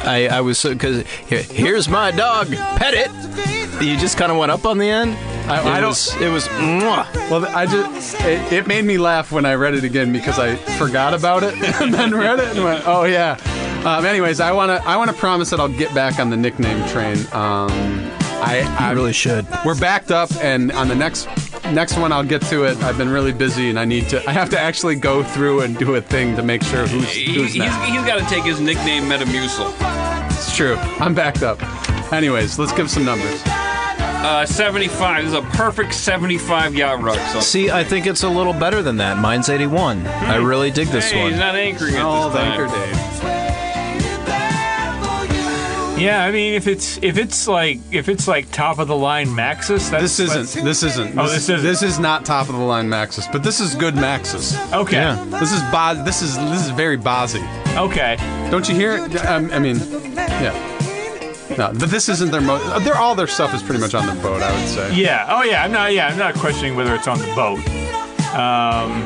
I, I was so because here's my dog, pet it. You just kind of went up on the end. I- I it don't- Was, it was. Mwah. Well, I just it, it made me laugh when I read it again because I forgot about it and then read it and went, oh yeah. Um, anyways, I wanna I wanna promise that I'll get back on the nickname train. Um, I, I really should. We're backed up, and on the next next one I'll get to it. I've been really busy, and I need to. I have to actually go through and do a thing to make sure who's He- who's he's, next. he's got to take his nickname Metamucil. It's true. I'm backed up. Anyways, let's give some numbers. Uh, 75 this is a perfect 75 yacht rock song. See, I think it's a little better than that. Mine's 81. I really dig this hey, one. he's not anchoring it All this time. Oh, anchor day. yeah, I mean, if it's if it's like if it's like top of the line Maxis, that's This isn't. This isn't. Oh, this isn't. This is not top of the line Maxis, but this is good Maxis. okay. Yeah. This is bo- This is this is very Bozzy. Okay. Don't you hear? it? Um, I mean, yeah. No, but this isn't their most. They're all their stuff is pretty much on the boat. I would say. Yeah. Oh yeah. I'm not. Yeah. I'm not questioning whether it's on the boat. Um,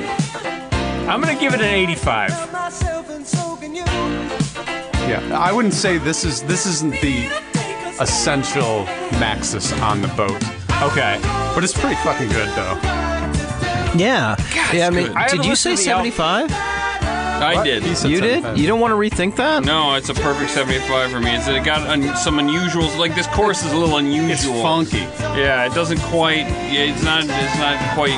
I'm gonna give it an 85. Yeah. I wouldn't say this is this isn't the essential Maxis on the boat, Okay. but it's pretty fucking good though. Yeah. yeah. I mean, I haven't did you listened say to the album. 75? I did. He said You did? 75. You don't want to rethink that? No, it's a perfect 75 for me. It's, it got un, some unusual. Like this course is a little unusual. It's funky. Yeah, it doesn't quite. Yeah, it's not. It's not quite.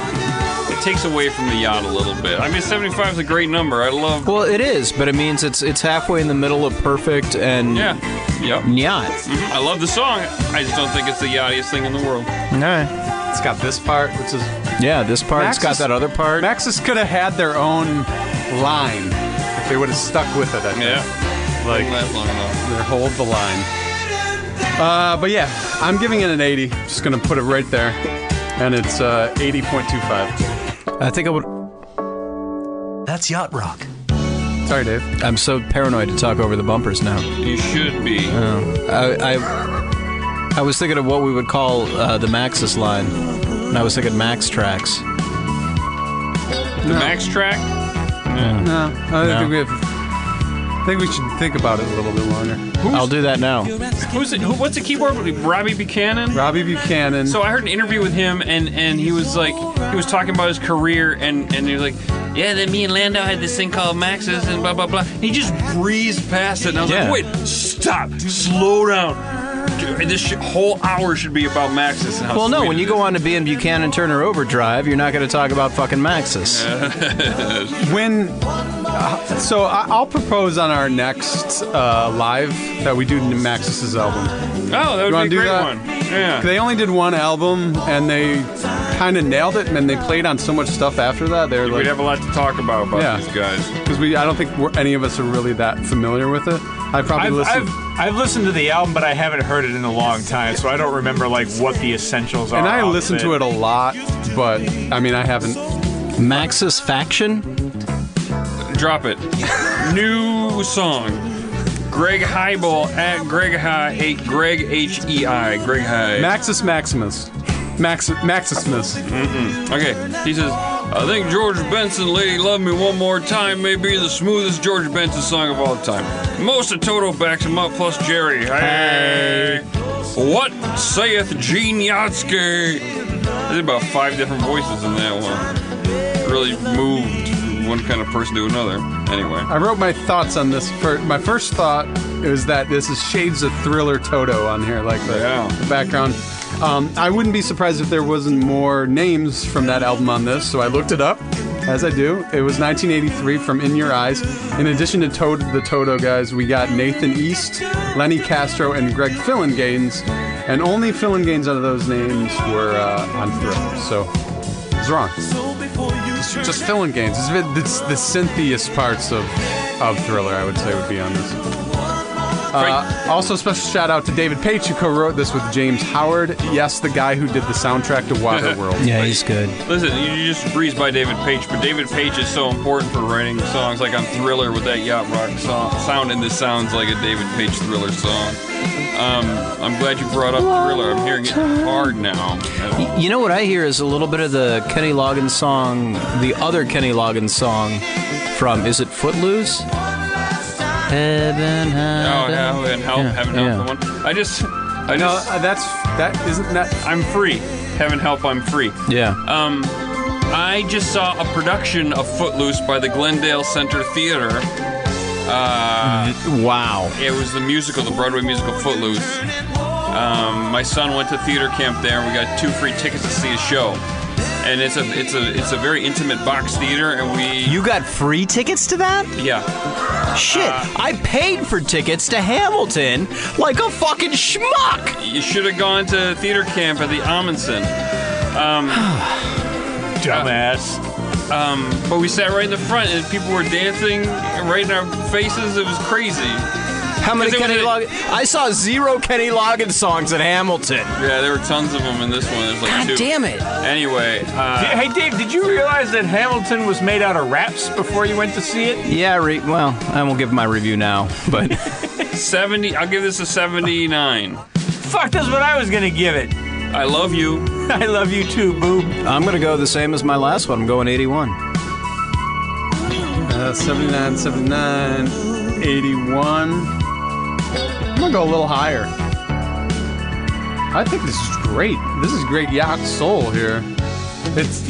It takes away from the yacht a little bit. I mean, 75 is a great number. I love. Well, it is, but it means it's it's halfway in the middle of perfect and Yeah. Yep. yacht. Mm-hmm. Mhm. I love the song. I just don't think it's the yachtiest thing in the world. All right. It's got this part, which is Yeah, this part's Max got is- that other part. Maxis could have had their own line if they would have stuck with it. I think. Yeah. like Not long enough. their hold the line. Uh, but yeah, I'm giving it an 80. Just gonna put it right there, and it's uh, 80.25. I think I would. That's Yacht Rock. Sorry, Dave. I'm so paranoid to talk over the bumpers now. You should be. I I, I was thinking of what we would call uh, the Maxis line, and I was thinking Max tracks. the max track. No, I don't No. think we have. I think we should think about it a little bit longer. I'll do that now. Who's it? Who, what's the keyboard? Robbie Buchanan. Robbie Buchanan. So I heard an interview with him, and and he was like, he was talking about his career, and and he was like, yeah, then me and Landau had this thing called Maxis, and blah blah blah. And he just breezed past it, and I was Yeah. like, wait, stop, slow down. Dude, This sh- whole hour should be about Maxis. And how Well, no, sweet when it you go is. on to be in Buchanan Turner Overdrive, you're not going to talk about fucking Maxis. when uh, so I- I'll propose on our next uh, live that we do Maxis's album. oh, that would wanna be do a great that? one. Yeah. They only did one album and they kind of nailed it, and then they played on so much stuff after that. They were We'd like, have a lot to talk about about Yeah. these guys. because we I don't think we're, any of us are really that familiar with it. I probably I've, listened. I've, I've listened to the album, but I haven't heard it in a long time, so I don't remember like what the essentials are. and I off of listen to it a lot, but I mean, I haven't. Maxis Faction? Drop it. New song. Greg Heibel at Greg High, eight Greg H E I, Greg High. Maxis Maximus. Max, Maximus. Okay, he says, I think George Benson, Lady Love Me One More Time, may be the smoothest George Benson song of all time. Most of Toto backs him up, plus Jerry. Hey! What saith Gene Yatsky? There's about five different voices in that one. Really moved from one kind of person to another. Anyway. I wrote my thoughts on this. Fir- my first thought is that this is shades of Thriller Toto on here, like the, Yeah. the background. Um, I wouldn't be surprised if there wasn't more names from that album on this, so I looked it up, as I do. It was 1983 from In Your Eyes. In addition to Toad, the Toto guys, we got Nathan East, Lenny Castro, and Greg Fillinganes, and only Fillinganes out of those names were uh, on Thriller. So it's wrong. It's just Fillinganes. It's, been- it's the synthiest parts of of Thriller, I would say, would be on this. Uh, also, special shout out to David Page, who co-wrote this with James Howard. Yes, the guy who did the soundtrack to Waterworld. Yeah, he's good. Listen, you you just breeze by David Page, but David Page is so important for writing songs like on Thriller with that yacht rock song, sound, and this sounds like a David Page Thriller song. Um, I'm glad you brought up Thriller. I'm hearing it hard now. You know what I hear is a little bit of the Kenny Loggins song, the other Kenny Loggins song from, is it Footloose? Oh, Heaven, heaven. heaven help, Yeah, heaven yeah. help someone. I just, I No, just, uh, that's that isn't that. I'm free. Heaven help, I'm free. Yeah. Um, I just saw a production of Footloose by the Glendale Center Theater. Uh, wow. It was the musical, the Broadway musical Footloose. Um, my son went to theater camp there, and we got two free tickets to see a show. And it's a it's a it's a very intimate box theater, and we You got free tickets to that? yeah Shit, I paid for tickets to Hamilton like a fucking schmuck. you should have gone to theater camp at the Amundsen. Dumbass. Um, but we sat right in the front, and people were dancing right in our faces. It was crazy. How many 'Cause it Kenny was Loggins? I saw zero Kenny Loggins songs at Hamilton. Yeah, there were tons of them in this one. There's like God two. damn it. Anyway, uh, hey Dave, did you realize that Hamilton was made out of raps before you went to see it? Yeah, re- well, I won't give my review now, but seventy. I'll give this a seventy-nine. Fuck, that's what I was gonna give it. I love you. I love you too, boob. I'm going to go the same as my last one. I'm going 81. Uh, 79, 79, 81. I'm gonna go a little higher. I think this is great. This is great yacht soul here. It's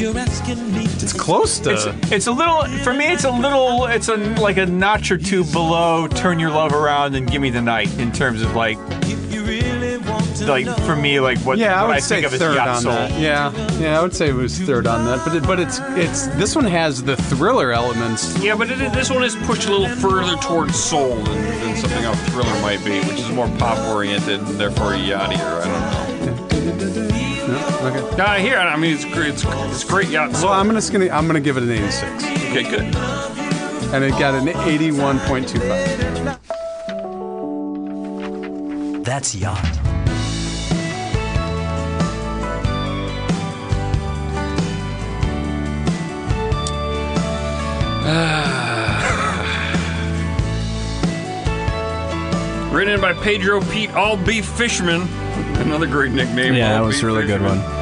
It's close to. Uh. it's it's a little for me. It's a little. It's a like a notch or two below. Turn your love around and give me the night in terms of like like for me like what yeah, I what would I say think of as third yacht on soul. that. Yeah, yeah, I would say it was third on that. But it, but it's it's this one has the thriller elements. Yeah, but it, this one is pushed a little further towards soul than, than something a thriller might be, which is more pop oriented and therefore yachtier. I don't know. No? Okay. Nah, here, I mean, it's great. It's, it's great yacht soul. Well, I'm just gonna I'm gonna give it an 86, okay, good. and it got an 81.25. That's yacht. Written in by Pedro Pete All Beef Fishman. Another great nickname. All Yeah, that was Beef a really good Fishman. one.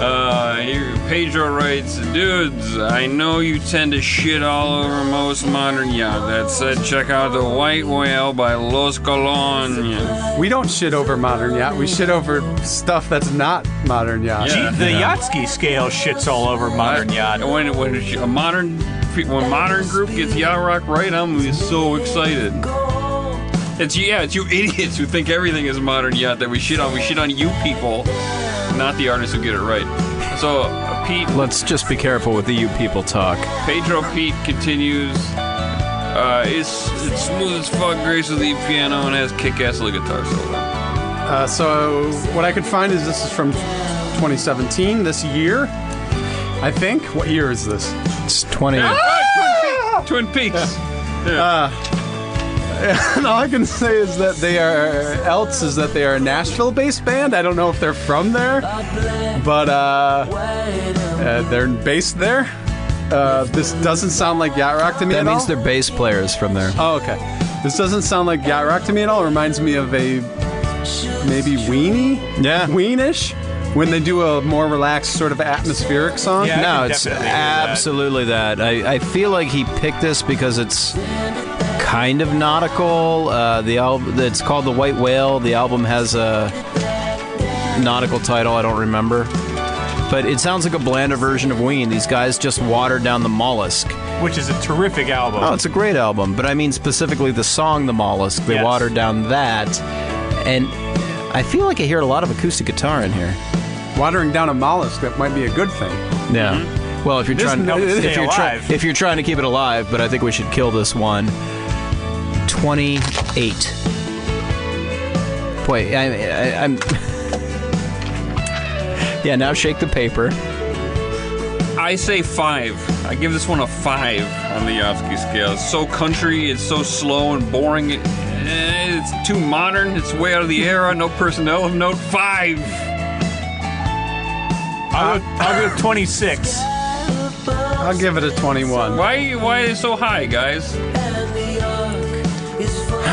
Uh, here, Pedro writes, dudes, I know you tend to shit all over most modern yacht. That said, check out the White Whale by Los Colones. We don't shit over modern yacht. We shit over stuff that's not modern yacht. Yeah. The Yatsky scale shits all over modern yacht. When when it's a modern pe- when modern group gets yacht rock right, I'm so excited. It's yeah, it's you idiots who think everything is modern yacht that we shit on. We shit on you people, not the artists who get it right. So uh, Pete Let's just be careful with the you people talk. Pedro Pete continues. Uh, it's, it's smooth as fuck, gracefully piano, and has kick-ass little guitar solo. Uh, so what I could find is this is from 2017, this year, I think. What year is this? It's 20. Ah! Twin Peaks. And all I can say is that they are else is that they are a Nashville-based band. I don't know if they're from there, but uh, uh, they're based there. Uh, this doesn't sound like yacht rock to me That at means all. they're bass players from there. Oh, okay. This doesn't sound like yacht rock to me at all. It reminds me of a maybe weenie, Yeah. weenish, when they do a more relaxed sort of atmospheric song. Yeah. I no, can it's definitely agree with that. absolutely that. I, I feel like he picked this because it's kind of nautical. Uh, the album it's called The White Whale. The album has a nautical title. I don't remember, but it sounds like a blander version of Ween. These guys just watered down the mollusk. which is a terrific album. Oh, it's a great album, but I mean specifically the song The Mollusk. They Yes. watered down that, and I feel like I hear a lot of acoustic guitar in here. Watering down a mollusk that might be a good thing. Yeah. Well, if you're This trying, helps if stay you're, try- alive. if you're trying to keep it alive, but I think we should kill this one. Twenty-eight. Wait, I, I, I'm. yeah, now shake the paper. I say five. I give this one a five on the Yatsky scale. It's so country, it's so slow and boring. It- eh, It's too modern, it's way out of the era, no personnel of note. Five! I'll, go, I'll go 26. I'll give it a 21. Why why is it so high, guys?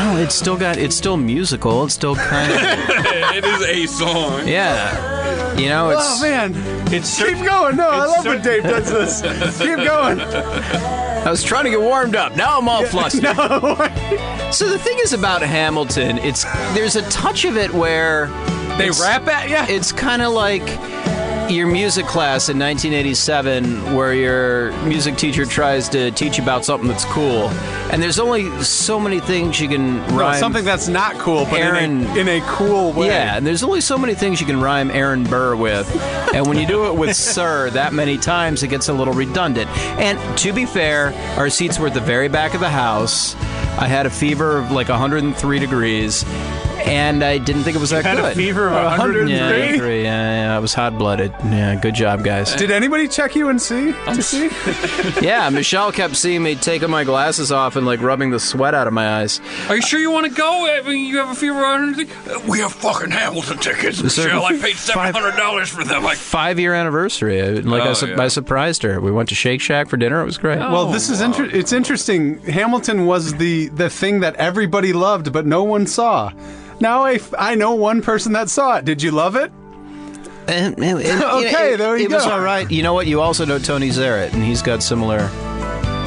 Oh, it's still got. It's still musical. It's still kind of. it is a song. yeah. You know, it's. Oh man, It's cer- keep going. No, I It's love cer- when Dave does this. keep going. I was trying to get warmed up. Now I'm all flustered. So the thing is about Hamilton, it's there's a touch of it where They it's- rap at you. It's kind of like your music class in 1987 where your music teacher tries to teach you about something that's cool. And there's only so many things you can No, rhyme. something that's not cool, but in Aaron- a, in a cool way. yeah, and there's only so many things you can rhyme Aaron Burr with. and when you do it with Sir that many times, it gets a little redundant. And to be fair, our seats were at the very back of the house. I had a fever of like 103 degrees, and I didn't think it was that had good. a fever of 103. Yeah, 103, yeah, yeah, I was hot blooded. Yeah, good job, guys. Did anybody check you and see to see? yeah, Michelle kept seeing me taking my glasses off and like rubbing the sweat out of my eyes. Are you sure you want to go? I mean, you have a fever or anything? Uh, We have fucking Hamilton tickets, Is there- Michelle. I paid Five- $700 for them. I Five year anniversary. I- Like I, Oh, su- yeah. I surprised her. We went to Shake Shack for dinner. It was Oh, great. Well, this is inter- it's interesting. Hamilton was the the thing that everybody loved, but no one saw. Now I, f- I know one person that saw it. Did you love it? And- and- and, you know, Okay, it- there you it was go. all right. You know what? You also know Tony Zarrett, and he's got similar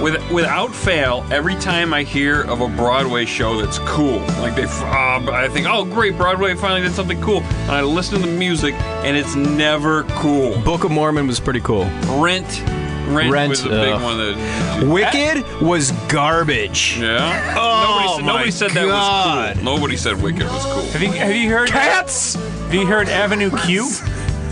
With, without fail, every time I hear of a Broadway show that's cool, like they, uh, I think, oh great, Broadway finally did something cool, and I listen to the music, and it's never cool. Book of Mormon was pretty cool. Rent, Rent, Rent, was a big ugh. one that. Wicked was garbage. Yeah. Oh, nobody, nobody my said that was God. cool. Nobody said Wicked was cool. Have you have you heard cats? Have you heard Avenue Q?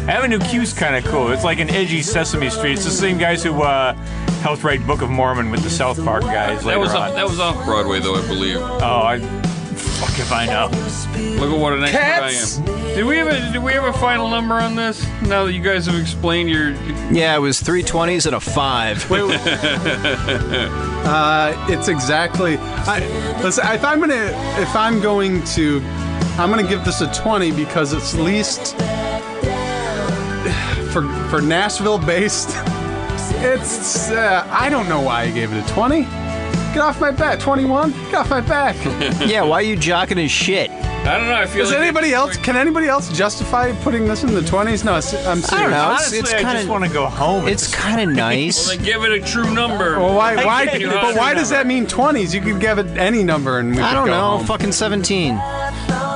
Avenue Q's kind of cool. It's like an edgy Sesame Street. It's the same guys who uh, helped write Book of Mormon with the South Park guys later That was on. off, that was off Broadway though, I believe. oh, I, fuck if I know. Look at what an expert Cats! I am. Did we have a did we have a final number on this? Now that you guys have explained your Yeah, it was three twenties and a five. Wait, wait. uh, it's exactly. I, listen, if I'm gonna, if I'm going to, I'm gonna give this a 20 because it's least for for Nashville based. It's uh, I don't know why I gave it a 20. Get off my back, 21. Get off my back. yeah, why are you jocking his shit? I don't know, I feel Does like anybody else? Can anybody else justify putting this in the 20s? No, it's- I'm serious. know. It's- Honestly, it's I kinda- just want to go home. It's kind of Well, nice. then give it a true number. Well, why? Why? can't do But that. why does that mean 20s? You could give it any number, and we I could don't go know, home. fucking seventeen.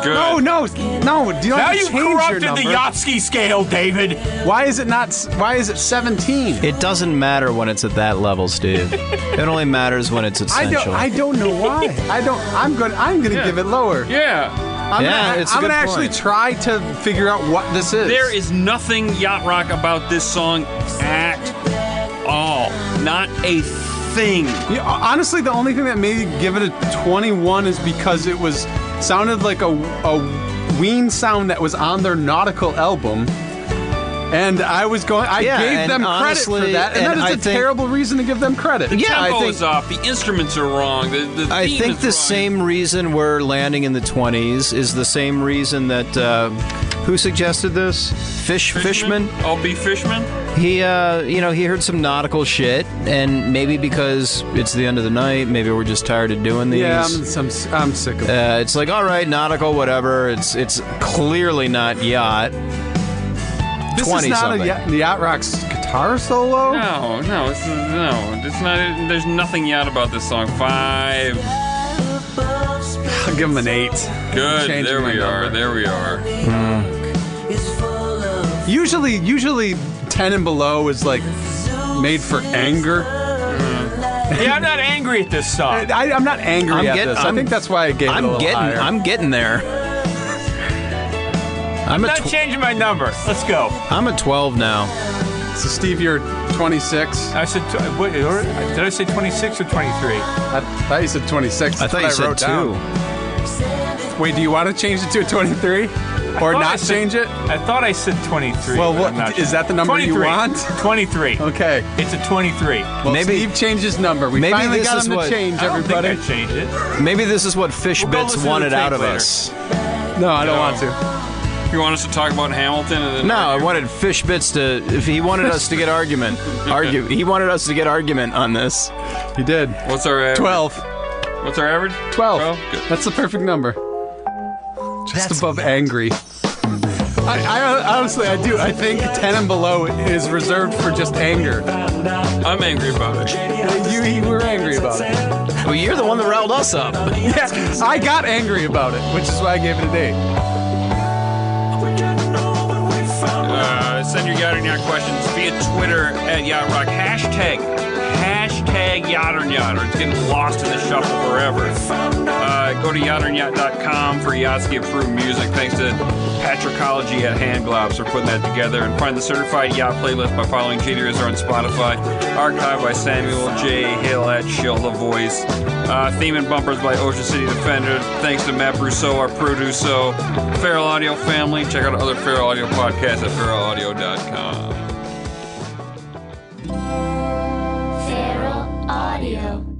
Good. No, no, no! Do you now have to you change your corrupted the number? Yatsky scale, David. Why is it not? s- Why is it 17? It doesn't matter when it's at that level, Steve. it only matters when it's I essential. don't. I don't know why. I don't. I'm good. I'm gonna give it lower. Yeah. I'm Yeah, gonna, it's a I'm gonna good actually point. try to figure out what this is. There is nothing yacht rock about this song at all. Not a thing. Yeah, ho- honestly, the only thing that made me give it a 21 is because it was sounded like a a Ween sound that was on their Nautical album. And I was going. I Yeah, gave and them credit honestly- for that, and and, that is I a think- terrible reason to give them credit. Yeah, I Tempo think- is off. The instruments are wrong. The, the I theme think is the wrong. same reason we're landing in the 20s is the same reason that uh, who suggested this? Fish Fishman. I'll Oh, be Fishman. He, uh, you know, he heard some nautical shit, and maybe because it's the end of the night, maybe we're just tired of doing these. Yeah, I'm, I'm, I'm sick of it. uh, it's like, all right, nautical, whatever. It's it's clearly not yacht. This 20 is not something. a yacht, yacht rock's guitar solo. No, no, it's, no. It's not. There's nothing yacht about this song. Five. I'll give him an eight. Good. Changing there my we are. number. There we are. Usually, usually ten and below is like made for anger. Yeah, I'm not angry at this song. I, am not angry I'm at get- this. i I'm- think that's why I gave it a I'm little getting higher. I'm getting there. I'm a not tw- changing my number. Let's go. I'm a 12 now. so Steve, you're 26. I said, tw- what, or, did I say 26 or 23? I thought you said 26. I That's thought what you said two. wrote down. Wait, do you want to change it to a 23 or thought I not said- change it? I thought I said 23. Well, but what- I'm not is that the number you 23. want? 23. Okay. It's a 23. Well, Maybe- Steve changed his number. We maybe finally this got is him to what- change. I don't Everybody. think I changed it. Maybe this is what Fish We'll go Bits listen to the wanted tape out of later. us. No, I don't No. want to. You want us to talk about Hamilton? And then No, I wanted Fish Bits to. If he wanted us to get argument, argue. He wanted us to get argument on this. You did. What's our average? 12. What's our average? 12. Good. That's the perfect number. Just That's above not- angry. I, I honestly, I do. I think 10 and below is reserved for just anger. I'm angry about it. You, you were angry about it. Well, you're the one that riled us up. Yeah, I got angry about it, which is why I gave it an 8. Uh, send your yacht and yacht questions via Twitter at Yacht Rock. Hashtag, hashtag Yacht and Yacht, or it's getting lost in the shuffle forever. Uh, go to yachternyacht.com for Yatsky approved music. Thanks to Patrickology at Handglops for putting that together. And find the certified yacht playlist by following J.D. Rizzo on Spotify. Archived by Samuel J. Hill at Shill the Voice. Uh, theme and bumpers by Ocean City Defender. Thanks to Matt Rousseau, our producer. Feral Audio family. Check out other Feral Audio podcasts at feralaudio.com. Feral Audio.